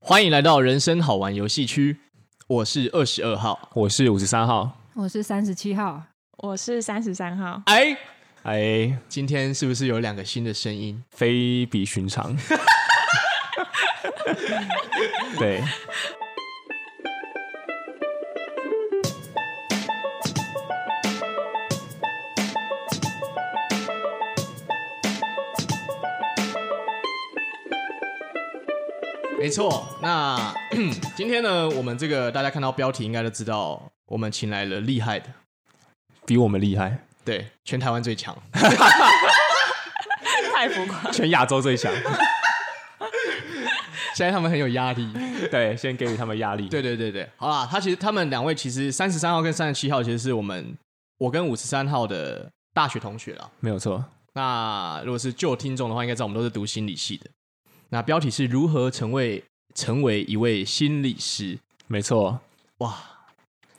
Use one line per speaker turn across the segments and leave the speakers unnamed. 欢迎来到人生好玩游戏区，我是二十二号。
我是五十三号。
我是三十七号，
我是三十 三号，
哎，
哎，
今天是不是有两个新的声音？
非比寻常。 对，
没错，那 今天呢，我们这个大家看到标题应该都知道，我们请来了厉害的，
比我们厉害，
对，全台湾最强，
太浮夸。
全亚洲最强。
现在他们很有压力。
对，先给予他们压力。
对对对对，好啦，他其实他们两位其实三十三号跟三十七号其实是我们我跟五十三号的大学同学啦。
没有错。
那如果是旧听众的话，应该知道我们都是读心理系的。那标题是如何成为成为一位心理师？
没错。
哇，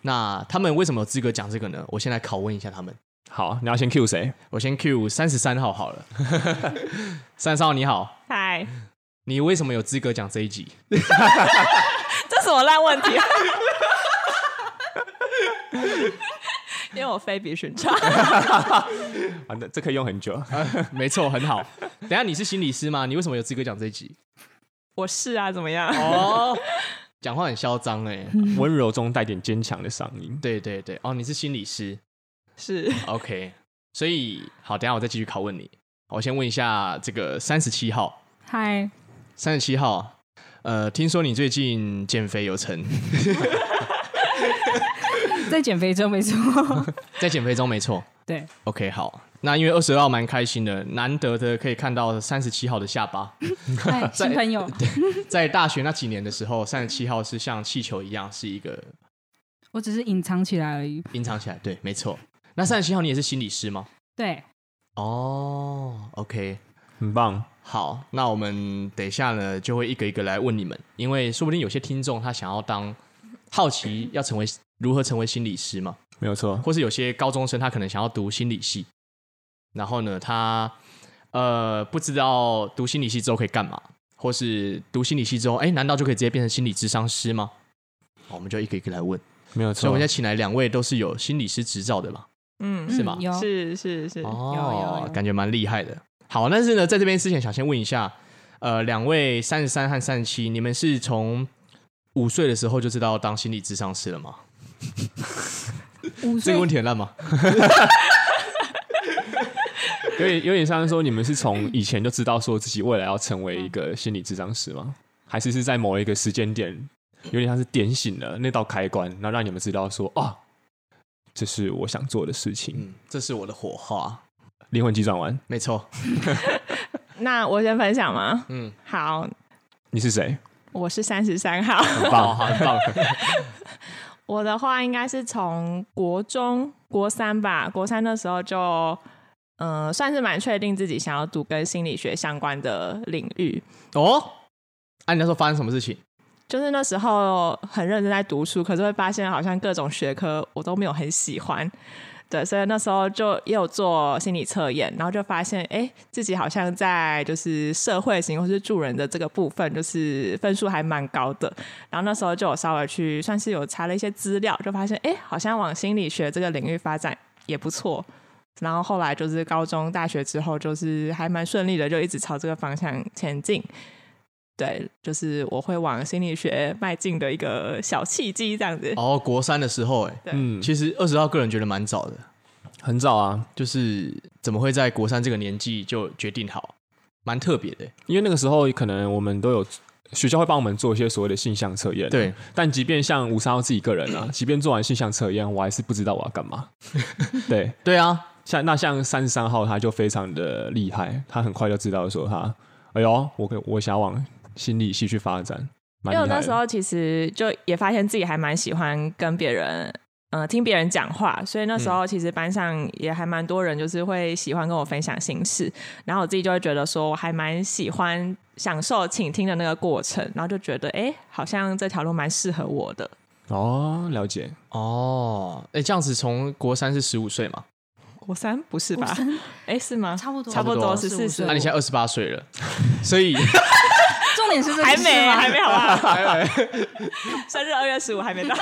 那他们为什么有资格讲这个呢？我先来拷问一下他们。
好，你要先 Q 谁？
我先 Q 三十三号好了， 三十三号你好，
嗨，
你为什么有资格讲这一集？
这什么烂问题、啊？因为我非比寻常，
啊，那这可以用很久。
没错，很好。等一下你是心理师吗？你为什么有资格讲这一集？
我是啊，怎么样？
哦， 讲话很嚣张哎。
温柔中带点坚强的嗓音。
对对对，哦，你是心理师
是
，OK。所以好，等一下我再继续拷问你。我先问一下这个三十七号，
嗨，
三十七号，呃，听说你最近减肥有成，
在减肥中没错，
在减肥中没错。
对，
OK，好，那因为二十二号蛮开心的，难得的可以看到三十七号的下巴。
嗨，新朋友，
在大学那几年的时候，三十七号是像气球一样，是一个
我只是隐藏起来而已。
隐藏起来。对，没错。那三十七号你也是心理师吗？
对，
哦，OK，
很棒。
好，那我们等一下呢，就会一个一个来问你们，因为说不定有些听众他想要当好奇要成为如何成为心理师嘛，
没有错。
或是有些高中生他可能想要读心理系，然后呢，他呃不知道读心理系之后可以干嘛，或是读心理系之后，哎，难道就可以直接变成心理智商师吗？好我们就一个一个来问，
没有
所以
错
我们。现在请来两位都是有心理师执照的嘛，
嗯，
是吗
嗯有
是是是，
哦
有有
感觉蛮厉害的。好，但是呢，在这边之前想先问一下，呃，两位三十三和三十七，你们是从五岁的时候就知道当心理智商师了吗？
五
这
岁
个问题很烂吗？
有点有点像是说，你们是从以前就知道说自己未来要成为一个
嗯
心理智商师吗？还是是在某一个时间点，有点像是点醒了那道开关，然后让你们知道说啊，这是我想做的事情。
嗯，这是我的火花，
灵魂急转弯，
没错。
那我先分享吗？
嗯，
好，
你是谁？
我是三十三号，
很棒，很棒。
我的话应该是从国中国三吧，国三的时候就。嗯，算是蛮确定自己想要读跟心理学相关的领域，
哦，啊，你那时候发生什么事情？
就是那时候很认真在读书，可是会发现好像各种学科我都没有很喜欢。对，所以那时候就也有做心理测验，然后就发现，哎，自己好像在就是社会型或是助人的这个部分，就是分数还蛮高的。然后那时候就有稍微去算是有查了一些资料，就发现，哎，好像往心理学这个领域发展也不错。然后后来就是高中、大学之后，就是还蛮顺利的，就一直朝这个方向前进。对，就是我会往心理学迈进的一个小契机，这样子。
哦，国三的时候、哎，
对
嗯，
其实二十号个人觉得蛮早的，
很早啊，
就是怎么会在国三这个年纪就决定好，蛮特别的、哎
因为那个时候可能我们都有学校会帮我们做一些所谓的性向测验。
对，
但即便像吴三号自己个人啊，即便做完性向测验，我还是不知道我要干 嘛。对，
对啊，
像那像三十三号，他就非常的厉害，他很快就知道说他，哎呦，我可我想要往心理系去发展，蛮
因为我
厉
那
害
时
的。
候其实就也发现自己还蛮喜欢跟别人，呃，听别人讲话，所以那时候其实班上也还蛮多人就是会喜欢跟我分享心事，然后我自己就会觉得说我还蛮喜欢享受倾听的那个过程，然后就觉得哎、诶好像这条路蛮适合我的。
哦，了解，
哦，哎、这样子从国三是十五岁嘛？
国三不是吧？哎、是吗？啊
差不多
差不多
差不多
十四
差不多
岁。
那、你现在二十八岁了，所以
重重点是这
还
件事
没，
吗
还没，好吧？生日二月十五还没到，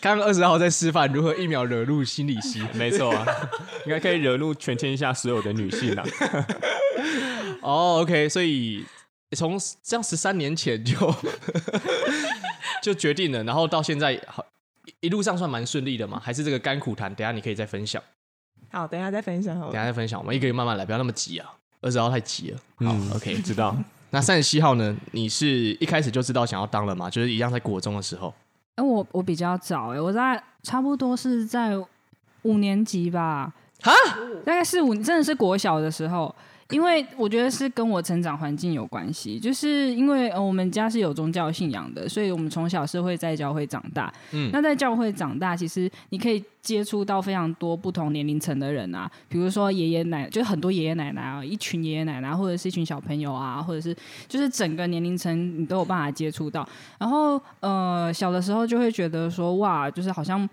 刚刚二十号在示范如何一秒惹怒心理系。
没 错啊，应该可以惹怒全天下所有的女性啊。
哦、o k 所以从这样十三年前就 就决定了，然后到现在好一一路上算蛮顺利的嘛？还是这个甘苦谈？等一下你可以再分享，
好，等一下再分享好
等一
了。
下再分享，我们一个一个慢慢来，不要那么急啊。二十号太急了。好、
嗯
o k
知道，
那三十七号呢？你是一开始就知道想要当了嘛？就是一样在国中的时候，
哎，我我比较早哎、我在差不多是在五年级吧，
哈，
大概是五，真的是国小的时候。因为我觉得是跟我成长环境有关系，就是因为、呃、我们家是有宗教信仰的，所以我们从小是会在教会长大。
嗯
那在教会长大，其实你可以接触到非常多不同年龄层的人啊，比如说爷爷奶，就很多爷爷奶奶啊，一群爷爷奶奶，或者是一群小朋友啊，或者是就是整个年龄层你都有办法接触到。然后呃，小的时候就会觉得说哇，就是好像。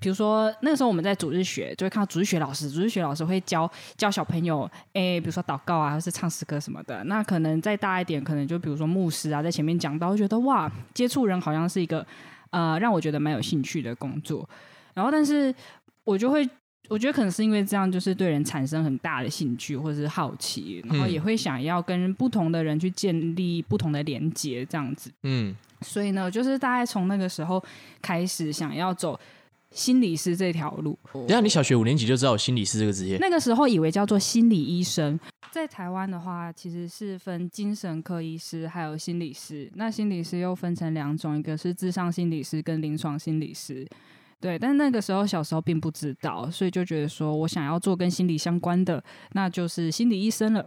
比如说，那个时候我们在主日学，就会看到主日学老师，主日学老师会教教小朋友，诶，比如说祷告啊，或是唱诗歌什么的。那可能再大一点，可能就比如说牧师啊，在前面讲到，我觉得哇，接触人好像是一个呃，让我觉得蛮有兴趣的工作。然后，但是我就会，我觉得可能是因为这样，就是对人产生很大的兴趣或者是好奇，然后也会想要跟不同的人去建立不同的连接，这样子。
嗯，
所以呢，就是大概从那个时候开始，想要走心理师这条路。
等一下你小学五年级就知道有心理师这个职业，
那个时候以为叫做心理医生，在台湾的话，其实是分精神科医师还有心理师。那心理师又分成两种，一个是智商心理师跟临床心理师。对，但那个时候小时候并不知道，所以就觉得说我想要做跟心理相关的，那就是心理医生了。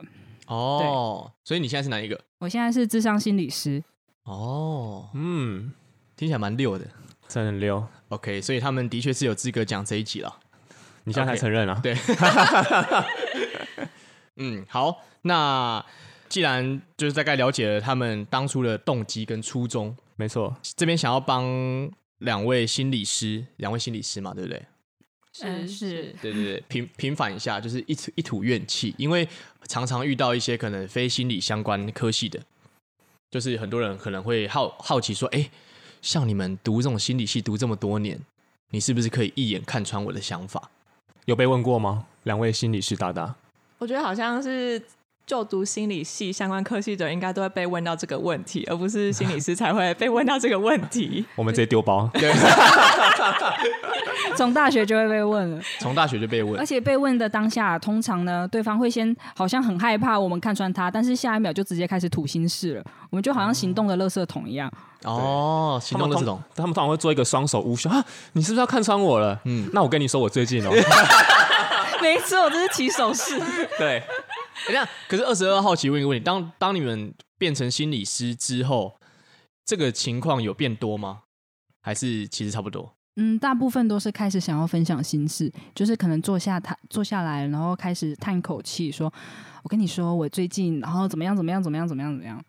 哦，所以你现在是哪一个？
我现在是智商心理师，
哦，
嗯，
听起来蛮溜的。
真的很溜，
OK，所以他们的确是有资格讲这一集了。
你现在才
OK
承认啊？
对嗯，好，那既然就是大概了解了他们当初的动机跟初衷，
没错，
这边想要帮两位心理师，两位心理师嘛，对不对？
嗯是
对对对，平平反一下，就是一吐一吐怨气，因为常常遇到一些可能非心理相关科系的，就是很多人可能会好好奇说，哎，像你们读这种心理系读这么多年，你是不是可以一眼看穿我的想法？
有被问过吗？两位心理师大大，。
我觉得好像是就读心理系相关科系的人，应该都会被问到这个问题，而不是心理师才会被问到这个问题
我们直接丢包。
对，
从大学就会被问了。
从大学就被问
而，且被问的当下，通常呢，对方会先好像很害怕我们看穿他，但是下一秒就直接开始吐心事了，我们就好像行动的垃圾桶一样。
哦，行动的这种，
他们通常会做一个双手捂胸啊，你是不是要看穿我了？嗯，那我跟你说，我最近哦，
没错，这是起手式。
对，
等一下，可是二十二好奇问一个问题：当当你们变成心理师之后，这个情况有变多吗？还是其实差不多？
嗯，大部分都是开始想要分享心事，就是可能坐下他坐下来，然后开始叹口气，说：“我跟你说，我最近然后怎么样怎么样怎么样怎么样怎么样。”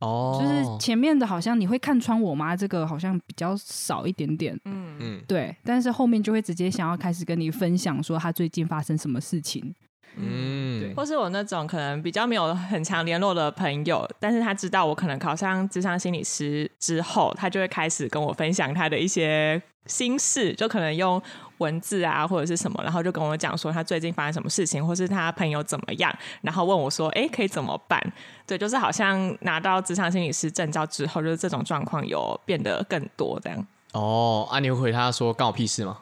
哦
就是前面的好像你会看穿我妈这个好像比较少一点点，
嗯，
嗯
对，但是后面就会直接想要开始跟你分享说她最近发生什么事情。
嗯，
对
或是我那种可能比较没有很常联络的朋友，但是他知道我可能考上智商心理师之后，他就会开始跟我分享他的一些心事，就可能用文字啊或者是什么，然后就跟我讲说他最近发生什么事情，或是他朋友怎么样，然后问我说，哎，可以怎么办？对，就是好像拿到智商心理师证照之后，就是这种状况有变得更多这样。
哦，啊，你会回他说干我屁事吗？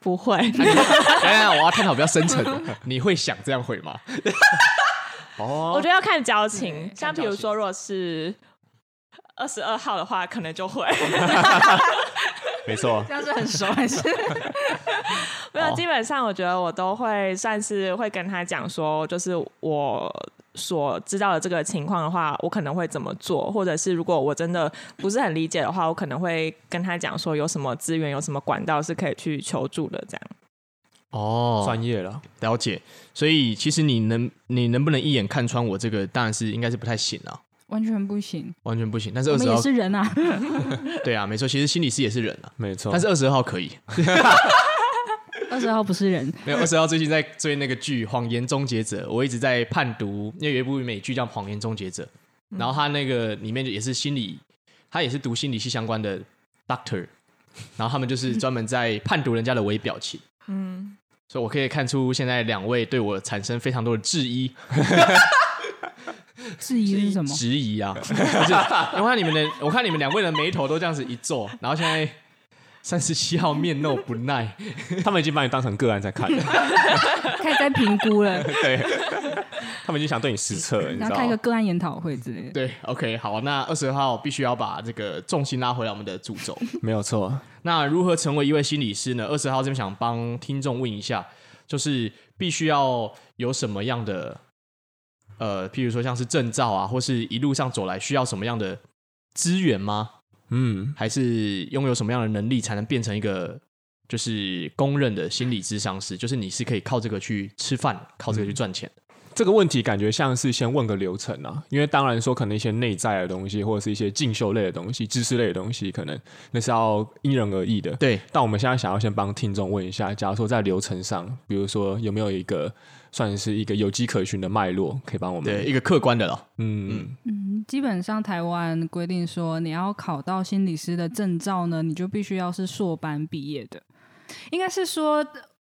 不会，
哎呀，我要探讨比较深层的，你会想这样回吗？
我
哦，
觉得要看交情，像
嗯看交
比
情
如说，如果是二十二号的话，可能 就会。
没错，
这样是很熟还是？
没有
哦，
基本上我觉得我都会算是会跟他讲说，就是我所知道的这个情况的话，我可能会怎么做，或者是如果我真的不是很理解的话，我可能会跟他讲说有什么资源、有什么管道是可以去求助的，这样。
哦，
专业了，
了解。所以其实你能你能不能一眼看穿我这个，当然是应该是不太行了，
完全不行，
完全不行。但是
我
二
们
十
也
号
是人啊。
对啊，没错，其实心理师也是人啊，
没错。
但是二十二号可以。
二十号不是人，
没有，二十号最近在追那个剧《谎言终结者》，我一直在判读，因为有一部美剧叫《谎言终结者》，
嗯
然后他那个里面就也是心理，他也是读心理系相关的 doctor，然后他们就是专门在判读人家的微表情。
嗯，
所以我可以看出现在两位对我产生非常多的质疑、
质疑是什么？
质疑啊！就是我看你们的，我看你们两位的眉头都这样子一皱，然后现在三十七号面露不耐，
他们已经把你当成个案在看了，
开始在评估 了，
对，他们已经想对你实测了，你知
然
道
后开一个
吗？
个案研讨会之类的。
对，OK，好，那二十号必须要把这个重心拉回来我们的主轴。
没有错，
那如何成为一位心理师呢？二十号这边想帮听众问一下，就是必须要有什么样的，呃，譬如说像是证照啊，或是一路上走来需要什么样的资源吗？
嗯，
还是拥有什么样的能力才能变成一个就是公认的心理咨商师？就是你是可以靠这个去吃饭，靠这个去赚钱的。
这个问题感觉像是先问个流程啊，因为当然说可能一些内在的东西，或者是一些进修类的东西、知识类的东西，可能那是要因人而异的。
对，
但我们现在想要先帮听众问一下，假如说在流程上，比如说有没有一个算是一个有迹可循的脉络，可以帮我们？
对，一个客观的了。
嗯，
嗯，基本上台湾规定说，你要考到心理师的证照呢，你就必须要是硕班毕业的。应该是说，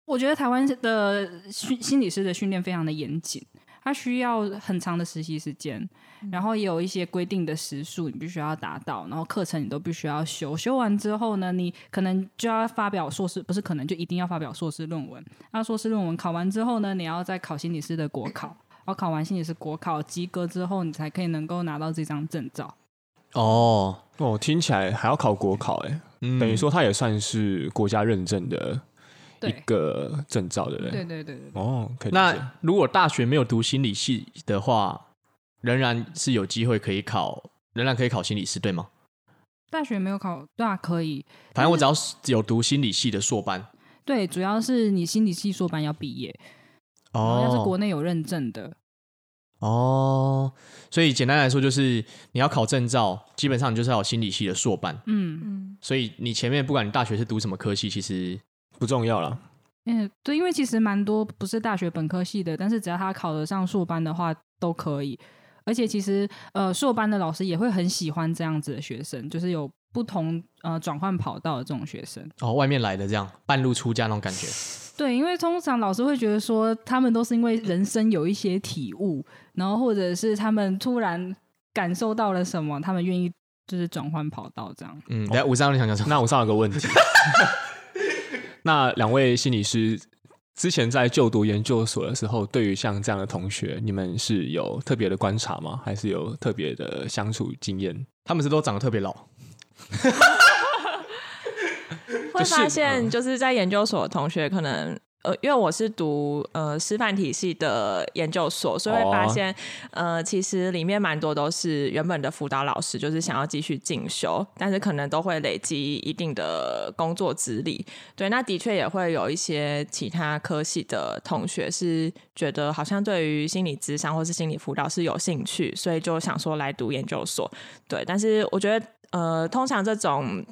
我觉得台湾的训心理师的训练非常的严谨，它需要很长的实习时间，然后也有一些规定的时数你必须要达到，然后课程你都必须要修。修完之后呢，你可能就要发表硕士，不是可能就一定要发表硕士论文。那硕士论文考完之后呢，你要再考心理师的国考。然后考完心理师国考及格之后，你才可以能够拿到这张证照。
哦，
哦，听起来还要考国考哎、
嗯
等于说它也算是国家认证的一
对，
个证照，对不对？
对对对对，
哦，可以理解。
那如果大学没有读心理系的话，仍然是有机会可以考，仍然可以考心理师，对吗？
大学没有考，对啊，可以。
反正我只要是有读心理系的硕班，
对，主要是你心理系硕班要毕业，
哦
然后要是国内有认证的，
哦，所以简单来说就是你要考证照，基本上你就是要有心理系的硕班。
嗯
嗯
所以你前面不管你大学是读什么科系，其实
不重要了。
嗯，对，因为其实蛮多不是大学本科系的，但是只要他考得上硕班的话都可以。而且其实呃，硕班的老师也会很喜欢这样子的学生，就是有不同呃转换跑道的这种学生。
哦外面来的这样半路出家那种感觉。
对，因为通常老师会觉得说，他们都是因为人生有一些体悟，然后或者是他们突然感受到了什么，他们愿意就是转换跑道这样。
嗯，
哦
等一下五三你想讲什么？
那我上有个问题，那两位心理师之前在就读研究所的时候，对于像这样的同学，你们是有特别的观察吗？还是有特别的相处经验？
他们是都长得特别老，
会
就是
发现就是在研究所的同学可能。呃，因为我是读呃师范体系的研究所，所以会发
哦
现，呃，其实里面蛮多都是原本的辅导老师，就是想要继续进修，但是可能都会累积一定的工作资历。对，那的确也会有一些其他科系的同学是觉得好像对于心理咨商或是心理辅导是有兴趣，所以就想说来读研究所。对，但是我觉得，呃，通常这种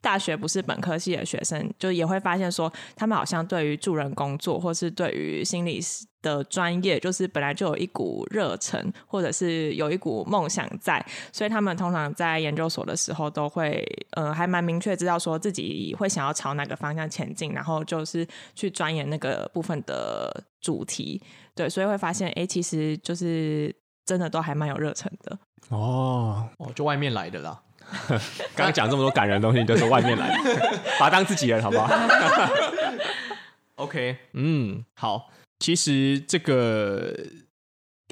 大学不是本科系的学生，就也会发现说，他们好像对于助人工作，或是对于心理师的专业，就是本来就有一股热忱，或者是有一股梦想在，所以他们通常在研究所的时候，都会呃还蛮明确知道说自己会想要朝哪个方向前进，然后就是去钻研那个部分的主题。对，所以会发现，哎，其实就是真的都还蛮有热忱的。
哦，
哦，就外面来的啦。
刚刚讲这么多感人的东西，你就说外面来， 把它当自己人，好不好？
OK，嗯，好。其实这个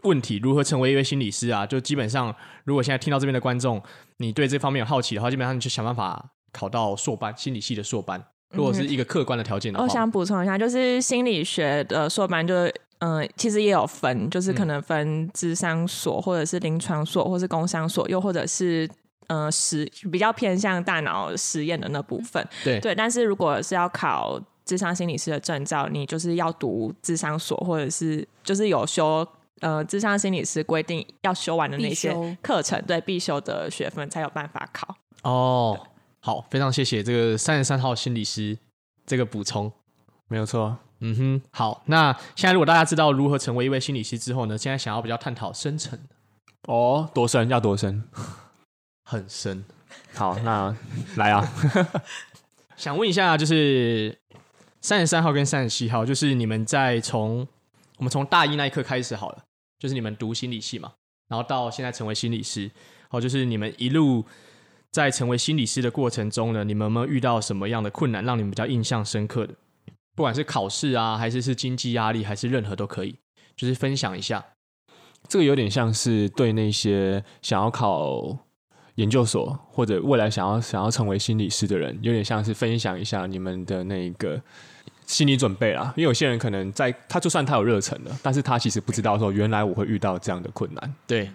问题如何成为一位心理师啊，就基本上如果现在听到这边的观众，你对这方面有好奇的话，基本上你就想办法考到硕班心理系的硕班。如果是一个客观的条件的话，
我哦想补充一下，就是心理学的硕班就是。嗯，其实也有分，就是
嗯
可能分智商所，或者是临床所，或是工商所，又或者是呃实比较偏向大脑实验的那部分。
对
对，但是如果是要考智商心理师的证照，你就是要读智商所，或者是就是有修呃智商心理师规定要修完的那些
必修
课程，对必修的学分才有办法考。
哦，好，非常谢谢这个三十三号心理师这个补充。
没有错，啊
嗯哼，好，那现在如果大家知道如何成为一位心理师之后呢，现在想要比较探讨深层
哦，多深要多深？
很深。
好，那来啊，
想问一下，就是三十三号跟三十七号，就是你们在从我们从大一那一刻开始好了，就是你们读心理系嘛，然后到现在成为心理师，好，就是你们一路在成为心理师的过程中呢，你们有没有遇到什么样的困难，让你们比较印象深刻的？不管是考试啊，还是是经济压力，还是任何都可以，就是分享一下。
这个有点像是对那些想要考研究所或者未来想要想要成为心理师的人，有点像是分享一下你们的那个心理准备啦。因为有些人可能在他就算他有热忱了，但是他其实不知道说原来我会遇到这样的困难。
对，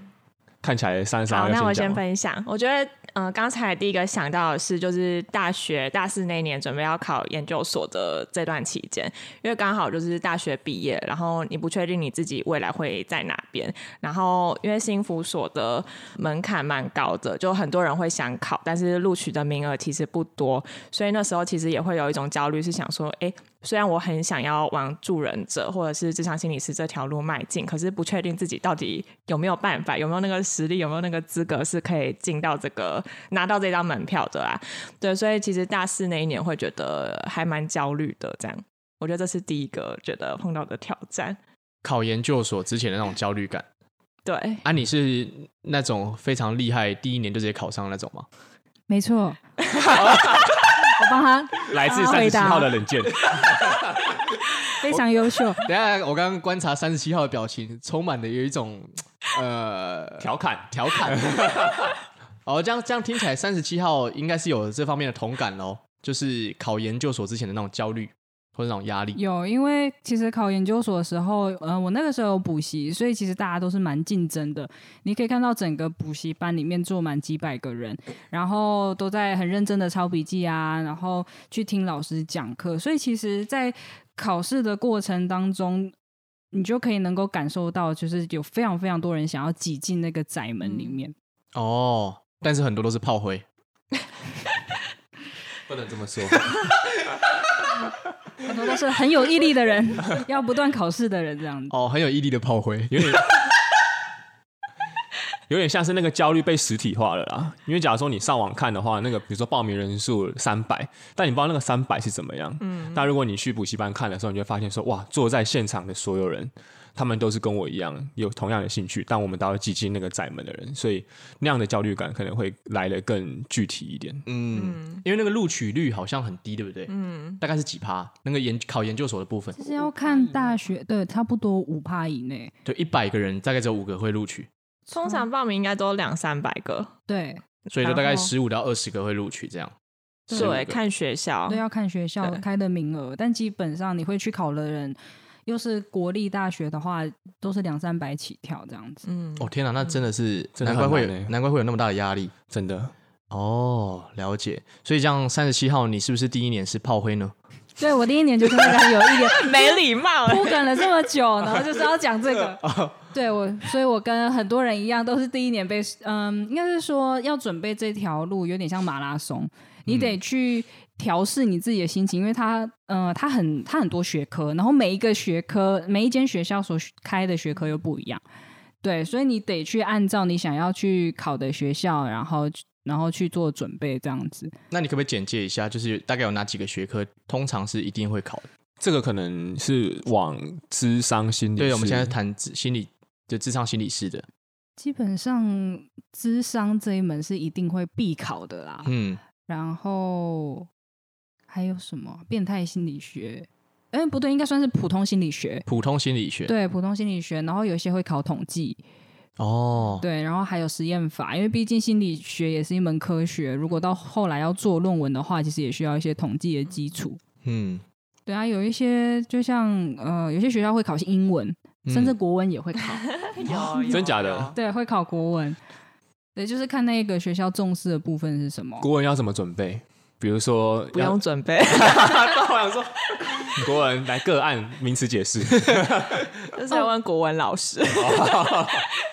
看起来三十
好，
三，
那我
讲
先
吗
分享。我觉得，嗯、刚才第一个想到的是，就是大学大四那一年准备要考研究所的这段期间，因为刚好就是大学毕业，然后你不确定你自己未来会在哪边，然后因为幸福所的门槛蛮高的，就很多人会想考，但是录取的名额其实不多，所以那时候其实也会有一种焦虑，是想说，哎、虽然我很想要往助人者或者是职场心理师这条路迈进，可是不确定自己到底有没有办法，有没有那个实力，有没有那个资格是可以进到这个拿到这张门票的啊？对，所以其实大四那一年会觉得还蛮焦虑的，这样。我觉得这是第一个觉得碰到的挑战。
考研究所之前的那种焦虑感，
对，
啊，你是那种非常厉害，第一年就直接考上的那种吗？
没错， 我帮他
来自
啊
三
回
十七
答
号的冷箭，
非常优秀。
等一下，我刚刚观察三十七号的表情，充满的有一种呃
调侃。
调 侃。哦，这样这样听起来，三十七号应该是有这方面的同感喽，就是考研究所之前的那种焦虑或者那种压力。
有，因为其实考研究所的时候，呃，我那个时候有补习，所以其实大家都是蛮竞争的。你可以看到整个补习班里面坐满几百个人，然后都在很认真的抄笔记啊，然后去听老师讲课。所以其实，在考试的过程当中，你就可以能够感受到，就是有非常非常多人想要挤进那个窄门里面。
哦，但是很多都是炮灰。
不能这么说，
很多都是很有毅力的人， 要不断考试的人这样子。
哦，很有毅力的炮灰。
有点有点像是那个焦虑被实体化了啦。因为假如说你上网看的话，那个比如说报名人数三百，但你不知道那个三百是怎么样。嗯，那如果你去补习班看的时候，你就会发现说，哇，坐在现场的所有人，他们都是跟我一样有同样的兴趣，但我们都要挤进那个窄门的人，所以那样的焦虑感可能会来得更具体一点。
嗯，因为那个录取率好像很低，对不对？嗯，大概是几趴？那个研考研究所的部分，
是要看大学，对，差不多五趴以内。
就一百个人，大概只有五个会录取，
通常报名应该都两三百个，
对，
所以就大概
然后
十五到二十个会录取这样。
对
对，啊看学校
都。要看学校
对
开的名额，但基本上你会去考的人，又是国立大学的话，都是两三百起跳这样子。
嗯，
哦天哪，那真的是、
真的
难怪
很
会
难
有
欸
难怪会有那么大的压力
真的，
哦，了解。所以这样三十七号，你是不是第一年是炮灰呢？
对我第一年就是那个有一点
没礼貌、
铺梗了这么久，然后就是要讲这个。对我，所以我跟很多人一样，都是第一年被，嗯，应该是说要准备这条路，有点像马拉松，你得去调试你自己的心情，因为它，呃，它很它很多学科，然后每一个学科，每一间学校所开的学科又不一样，对，所以你得去按照你想要去考的学校，然后然后去做准备，这样子。
那你可不可以简介一下，就是大概有哪几个学科通常是一定会考的？
这个可能是往智商心理
对，我们
师
现在谈智心理，就智商心理师的，
基本上，智商这一门是一定会必考的啦。
嗯，
然后还有什么变态心理学？哎，不对，应该算是普通心理学。
普通心理学，，
对，普通心理学，然后有一些会考统计，
哦，
对，然后还有实验法，因为毕竟心理学也是一门科学，如果到后来要做论文的话，其实也需要一些统计的基础。
嗯，
对啊，有一些就像呃，有些学校会考英文，
嗯
甚至国文也会考，
有
真假的？
对，会考国文。对，就是看那个学校重视的部分是什么。
国文要怎么准备？比如说，
不用准 备，
我想说，国文来个案名词解释，
就是要问国文老师。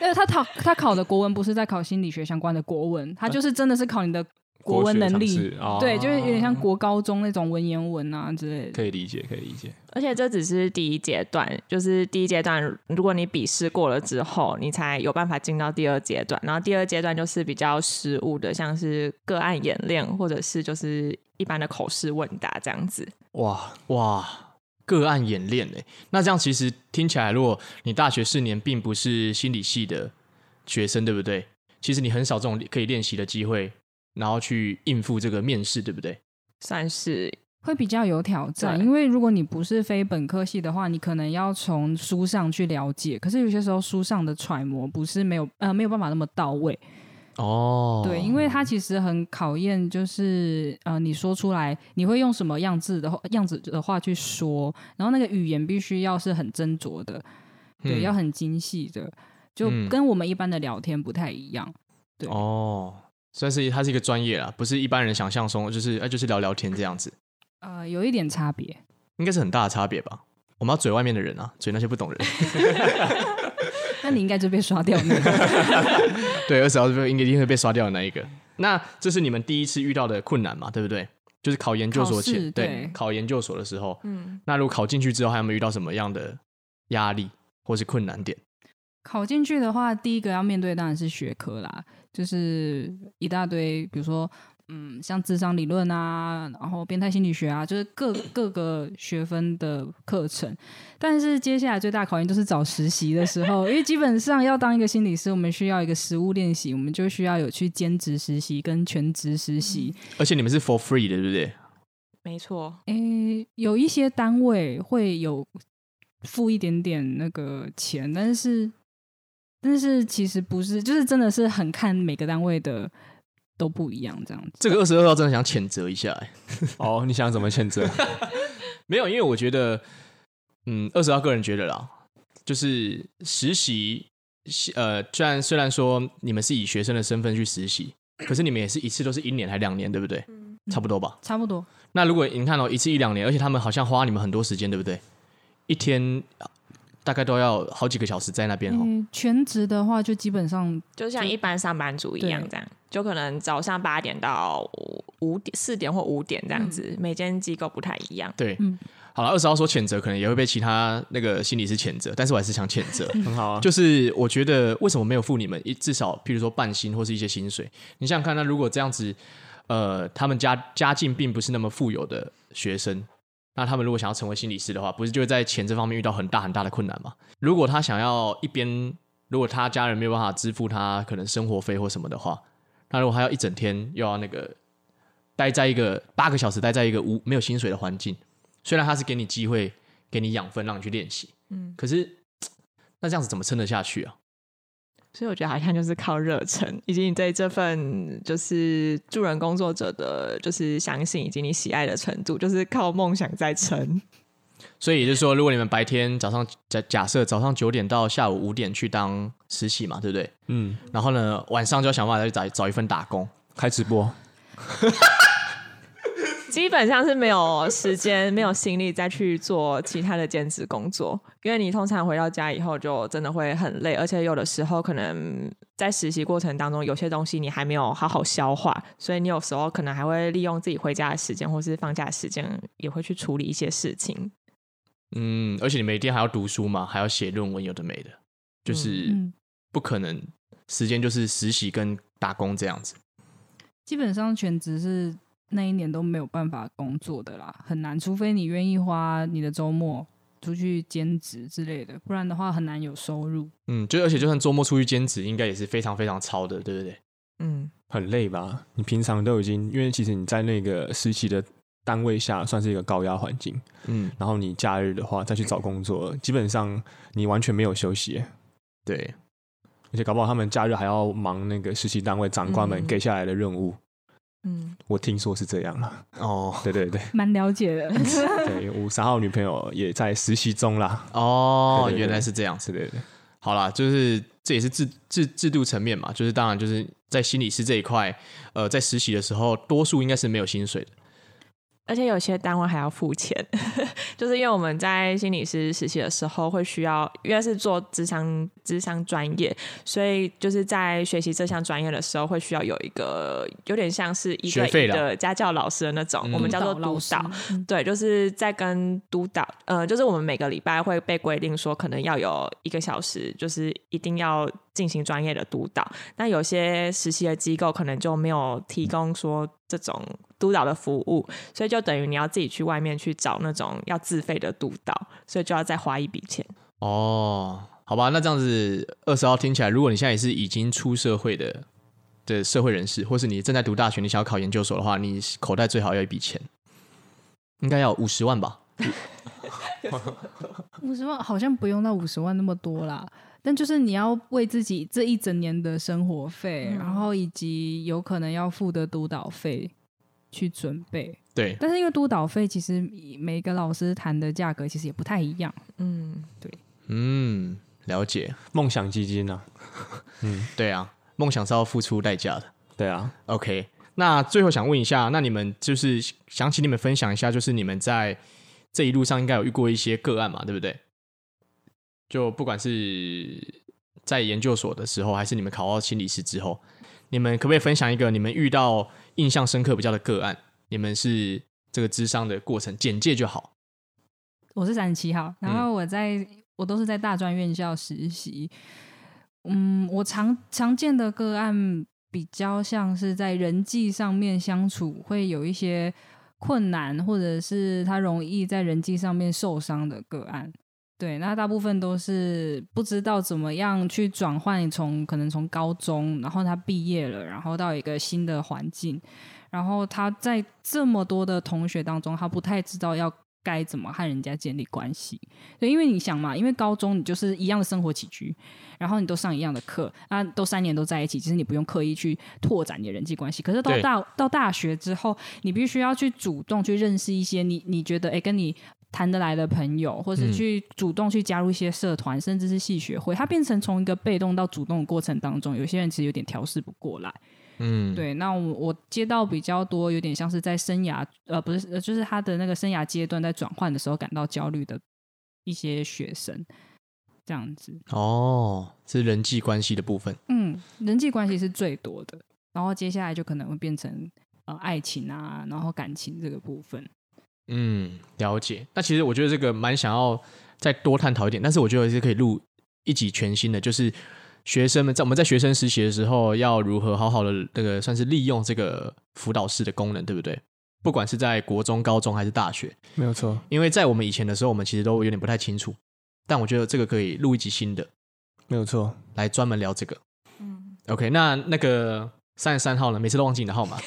因为他考他考的国文不是在考心理学相关的国文，他就是真的是考你的国文能
啊国
力
学常识哦，
对，就是有点像国高中那种文言文啊之类的。
可以理解，可以理解。
而且这只是第一阶段，就是第一阶段，如果你笔试过了之后，你才有办法进到第二阶段。然后第二阶段就是比较实务的，像是个案演练，或者是就是一般的口试问答这样子。
哇哇，个案演练哎，那这样其实听起来，如果你大学四年并不是心理系的学生，对不对？其实你很少这种可以练习的机会，然后去应付这个面试，对不对？
算是
会比较有挑战，
对
因为如果你不是非本科系的话，你可能要从书上去了解。可是有些时候书上的揣摩不是没有呃没有办法那么到位，
哦，
对，因为它其实很考验，就是呃你说出来你会用什么样子的话样子的话去说，然后那个语言必须要是很斟酌的，对，
嗯
要很精细的，就
嗯
跟我们一般的聊天不太一样。对
哦，算是它是一个专业啦，不是一般人想象中，就是哎、就是聊聊天这样子，
呃，有一点差别。
应该是很大的差别吧。我们要嘴外面的人啊，嘴那些不 懂人。
那你应该就被刷掉那个。
对，二十号是应该一定会被刷掉的那一个。那这是你们第一次遇到的困难嘛，对不对？就是考研究所
考
前，
试
对，
对
考研究所的时候，
嗯，
那如果考进去之后，还有没有遇到什么样的压力或是困难点？
考进去的话，第一个要面对当然是学科啦，就是一大堆，比如说。嗯，像智商理论啊，然后变态心理学啊，就是各各个学分的课程。但是接下来最大考验就是找实习的时候，因为基本上要当一个心理师，我们需要一个实务练习，我们就需要有去兼职实习跟全职实习。
而且你们是 for free 的，对不对？
没错。
诶，有一些单位会有付一点点那个钱，但是但是其实不是，就是真的是很看每个单位的都不一样这样子。
这个二十二号真的想谴责一下、欸，
哦，你想怎么谴责？
没有，因为我觉得，嗯，二十号个人觉得啦，就是实习，呃，虽然虽然说你们是以学生的身份去实习，可是你们也是一次都是一年还两年，对不对？
嗯
差不多吧。
差不多，
那如果你看哦，一次一两年，而且他们好像花你们很多时间，对不对？一天啊大概都要好几个小时在那边哦。
嗯，全职的话就基本上
就像一般上班族一样
对
这样，就可能早上八点到五点、四点或五点这样子，每间机构不太一样。
对，
嗯
好了，二十号说谴责，可能也会被其他那个心理师谴责，但是我还是想谴责。
很好啊，
就是我觉得为什么没有付你们一至少，譬如说半薪或是一些薪水？你想想看，那如果这样子，呃，他们家家境并不是那么富有的学生，那他们如果想要成为心理师的话，不是就会在钱这方面遇到很大很大的困难吗？如果他想要一边，如果他家人没有办法支付他可能生活费或什么的话，那如果他要一整天又要那个待在一个八个小时待在一个无没有薪水的环境，虽然他是给你机会，给你养分让你去练习，
嗯，
可是那这样子怎么撑得下去啊？
所以我觉得好像就是靠热忱，以及你对这份就是助人工作者的就是相信，以及你喜爱的程度，就是靠梦想在撑。
所以也就是说，如果你们白天早上假假设早上九点到下午五点去当实习嘛，对不对？
嗯，
然后呢，晚上就要想办法去找找一份打工。
开直播，
基本上是没有时间、没有心力再去做其他的兼职工作，因为你通常回到家以后就真的会很累，而且有的时候可能在实习过程当中，有些东西你还没有好好消化，所以你有时候可能还会利用自己回家的时间或是放假的时间，也会去处理一些事情。
嗯，而且你每天还要读书嘛，还要写论文，有的没的，就是
嗯，
不可能时间就是实习跟打工这样子。
基本上全职是那一年都没有办法工作的啦，很难，除非你愿意花你的周末出去兼职之类的，不然的话很难有收入。
嗯，就而且就算周末出去兼职，应该也是非常非常超的，对不对？
嗯，
很累吧？你平常都已经，因为其实你在那个实习的单位下算是一个高压环境，
嗯，
然后你假日的话再去找工作，基本上你完全没有休息，
对，
而且搞不好他们假日还要忙那个实习单位长官们
嗯
给下来的任务。
嗯，
我听说是这样啦，
哦
对对对
蛮了解的，
对，我三号女朋友也在实习中啦，
哦，
对对对
原来是这样子
是。的，对
好啦，就是这也是制制制度层面嘛，就是当然就是在心理师这一块，呃，在实习的时候，多数应该是没有薪水的，
而且有些单位还要付钱， 就是因为我们在心理师实习的时候会需要，因为是做智商智商专业，所以就是在学习这项专业的时候会需要有一个有点像是一
学
对
费
一
啦
的家教老师的那种，我们叫做
督导
督
老师
导，
嗯
对，就是在跟督导，呃，就是我们每个礼拜会被规定说，可能要有一个小时，就是一定要进行专业的督导。那有些实习的机构可能就没有提供说这种督导的服务，所以就等于你要自己去外面去找那种要自费的督导，所以就要再花一笔钱。
哦，好吧，那这样子二十号听起来，如果你现在也是已经出社会的的社会人士，或是你正在读大学，你想要考研究所的话，你口袋最好要一笔钱，应该要五十万吧？
五十万好像不用到五十万那么多啦，但就是你要为自己这一整年的生活费，然后以及有可能要付的督导费去准备。
对，
但是因为督导费其实每个老师谈的价格其实也不太一样，
嗯，
嗯，了解，
梦想基金啊，
对啊，梦想是要付出代价的。
对啊，
OK，那最后想问一下，那你们就是想请你们分享一下，就是你们在这一路上应该有遇过一些个案嘛，对不对？就不管是在研究所的时候，还是你们考到心理师之后，你们可不可以分享一个你们遇到印象深刻比较的个案？你们是这个智商的过程简介就好。
我是三十七号，然后我在、我都是在大专院校实习。嗯，我常常见的个案比较像是在人际上面相处会有一些困难，或者是他容易在人际上面受伤的个案。对，那大部分都是不知道怎么样去转换从可能从高中，然后他毕业了，然后到一个新的环境，然后他在这么多的同学当中，他不太知道要该怎么和人家建立关系。对，因为你想嘛，因为高中你就是一样的生活起居，然后你都上一样的课，啊，都三年都在一起，其实你不用刻意去拓展你的人际关系。可是到
对
大到大学之后，你必须要去主动去认识一些你你觉得哎跟你谈得来的朋友，或是
嗯
去主动去加入一些社团，甚至是系学会，它变成从一个被动到主动的过程当中，有些人其实有点调试不过来。
嗯，
对，那我我接到比较多，有点像是在生涯呃不是，呃就是他的那个生涯阶段在转换的时候感到焦虑的一些学生，这样子。
哦，是人际关系的部分。
嗯，人际关系是最多的，然后接下来就可能会变成呃爱情啊，然后感情这个部分。
嗯，了解。那其实我觉得这个蛮想要再多探讨一点，但是我觉得是可以录一集全新的，就是学生们在我们在学生实习的时候，要如何好好的那个算是利用这个辅导室的功能，对不对？不管是在国中、高中还是大学，
没有错。
因为在我们以前的时候，我们其实都有点不太清楚。但我觉得这个可以录一集新的
没有错，
来专门聊这个。OK，那那个三十三号呢？每次都忘记你的号码。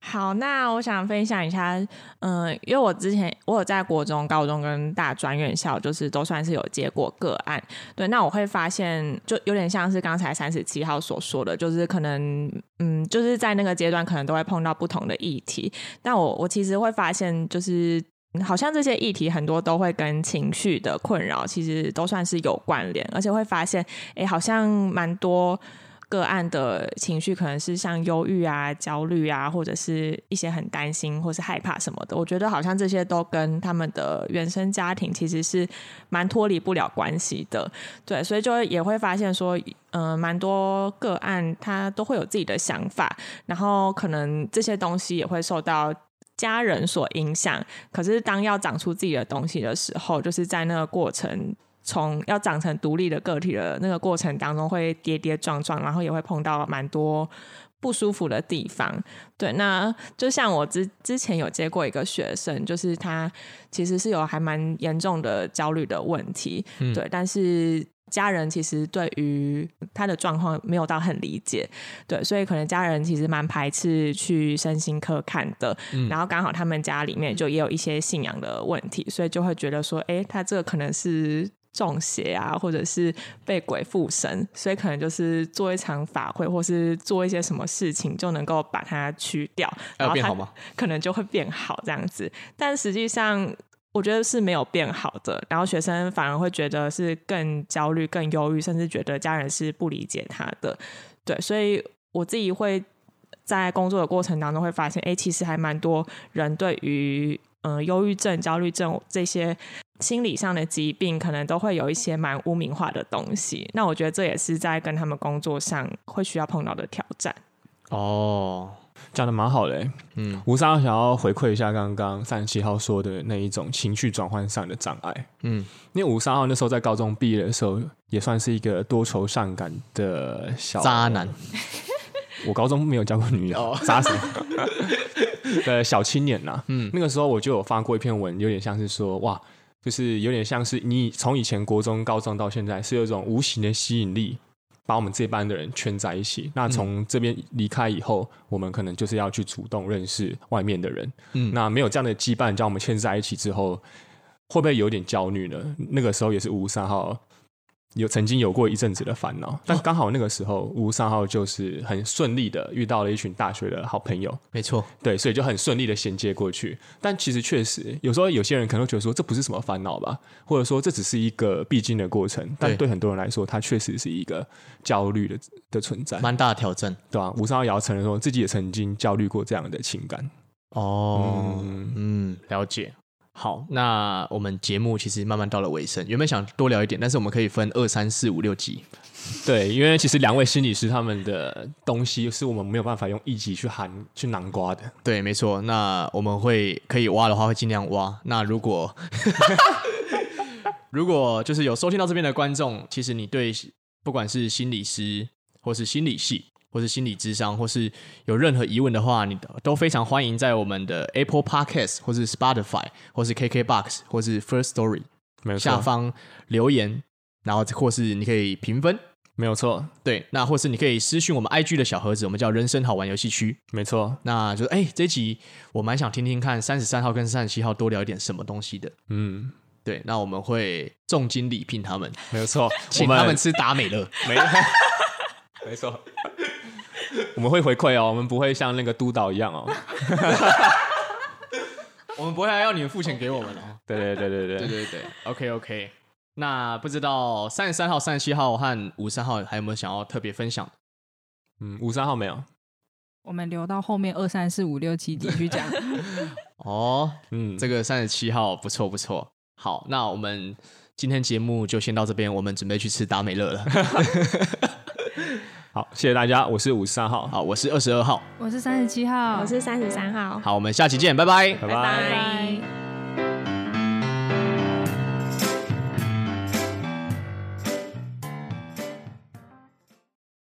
好，那我想分享一下，嗯、因为我之前我有在国中、高中跟大专院校，就是都算是有接过个案。对，那我会发现，就有点像是刚才三十七号所说的，就是可能，嗯，就是在那个阶段可能都会碰到不同的议题。但我我其实会发现，就是。嗯好像这些议题很多都会跟情绪的困扰其实都算是有关联，而且会发现，诶，好像蛮多个案的情绪可能是像忧郁啊、焦虑啊，或者是一些很担心或是害怕什么的。我觉得好像这些都跟他们的原生家庭其实是蛮脱离不了关系的。对，所以就也会发现说，嗯、蛮多个案他都会有自己的想法，然后可能这些东西也会受到。家人所影响，可是当要长出自己的东西的时候，就是在那个过程从要长成独立的个体的那个过程当中，会跌跌撞撞，然后也会碰到蛮多不舒服的地方。对，那就像我之之前有接过一个学生，就是他其实是有还蛮严重的焦虑的问题，
嗯
对，但是。家人其实对于他的状况没有到很理解，对，所以可能家人其实蛮排斥去身心科看的。
嗯
然后刚好他们家里面就也有一些信仰的问题，所以就会觉得说，哎，他这个可能是中邪啊，或者是被鬼附身，所以可能就是做一场法会，或是做一些什么事情就能够把它去掉，
还有
然后
变
他
好吗？
可能就会变好这样子。但实际上，我觉得是没有变好的。然后学生反而会觉得是更焦虑、更忧郁，甚至觉得家人是不理解他的。对，所以我自己会。在工作的过程当中会发现，哎，其实还蛮多人对于嗯、呃忧郁症、焦虑症这些心理上的疾病，可能都会有一些蛮污名化的东西。那我觉得这也是在跟他们工作上会需要碰到的挑战。
哦，
讲的蛮好的、欸。
嗯
吴三想要回馈一下刚刚三十七号说的那一种情绪转换上的障碍，
嗯
因为吴三号那时候在高中毕业的时候，也算是一个多愁善感的小
渣男。
我高中没有交过女友，渣死的小青年呐、
嗯
嗯，那个时候我就有发过一篇文，有点像是说，哇，就是有点像是你从以前国中、高中到现在，是有一种无形的吸引力，把我们这班的人圈在一起。那从这边离开以后，我们可能就是要去主动认识外面的人。
嗯
那没有这样的羁绊，将我们牵在一起之后，会不会有点焦虑呢？那个时候也是五三号有曾经有过一阵子的烦
哦
恼，但刚好那个时候五三号就是很顺利的遇到了一群大学的好朋友，
没错，
对，所以就很顺利的衔接过去。但其实确实，有时候有些人可能会觉得说这不是什么烦恼吧，或者说这只是一个必经的过程，但
对
对很多人来说，它确实是一个焦虑的的存在，
蛮大的挑战。
对吧、五三号也要承认说自己也曾经焦虑过这样的情感。
哦，
嗯
嗯，了解。好，那我们节目其实慢慢到了尾声，原本想多聊一点，但是我们可以分二三四五六集。
对，因为其实两位心理师他们的东西是我们没有办法用一集去含去囊括的。
对，没错。那我们会可以挖的话，会尽量挖。那如果 如果就是有收听到这边的观众，其实你对不管是心理师，或是心理系，或是心理智商，或是有任何疑问的话，你都非常欢迎在我们的 Apple Podcast 或是 Spotify 或是 KKBox 或是 First Story
没
下方留言，然后或是你可以评分。
没有错，
对，那或是你可以私讯我们 IG 的小盒子，我们叫人生好玩游戏区。
没错。
那就是哎、这一集我蛮想听听看三十三号跟三十七号多聊一点什么东西的。
嗯，
对，那我们会重金礼聘他们，
没有错。
请他们吃达美乐。
没，没错。我们会回馈哦，我们不会像那个督导一 样哦。
我们不会还要你们付钱给我们哦。
对对对对对
对对对，OK OK。那不知道三十三号、三十七号和五三号还有没有想要特别分享？
嗯，五三号没有。
我们留到后面二三四五六七继续 讲。
哦，
嗯，
这个三十七号不错不错。好，那我们今天节目就先到这边，我们准备去吃达美乐了。
好，谢谢大家，我是五三号，
好，我是二十二号。
我是三十七号，
我是三十三号，
好，我们下期见，拜拜。
拜
拜
拜。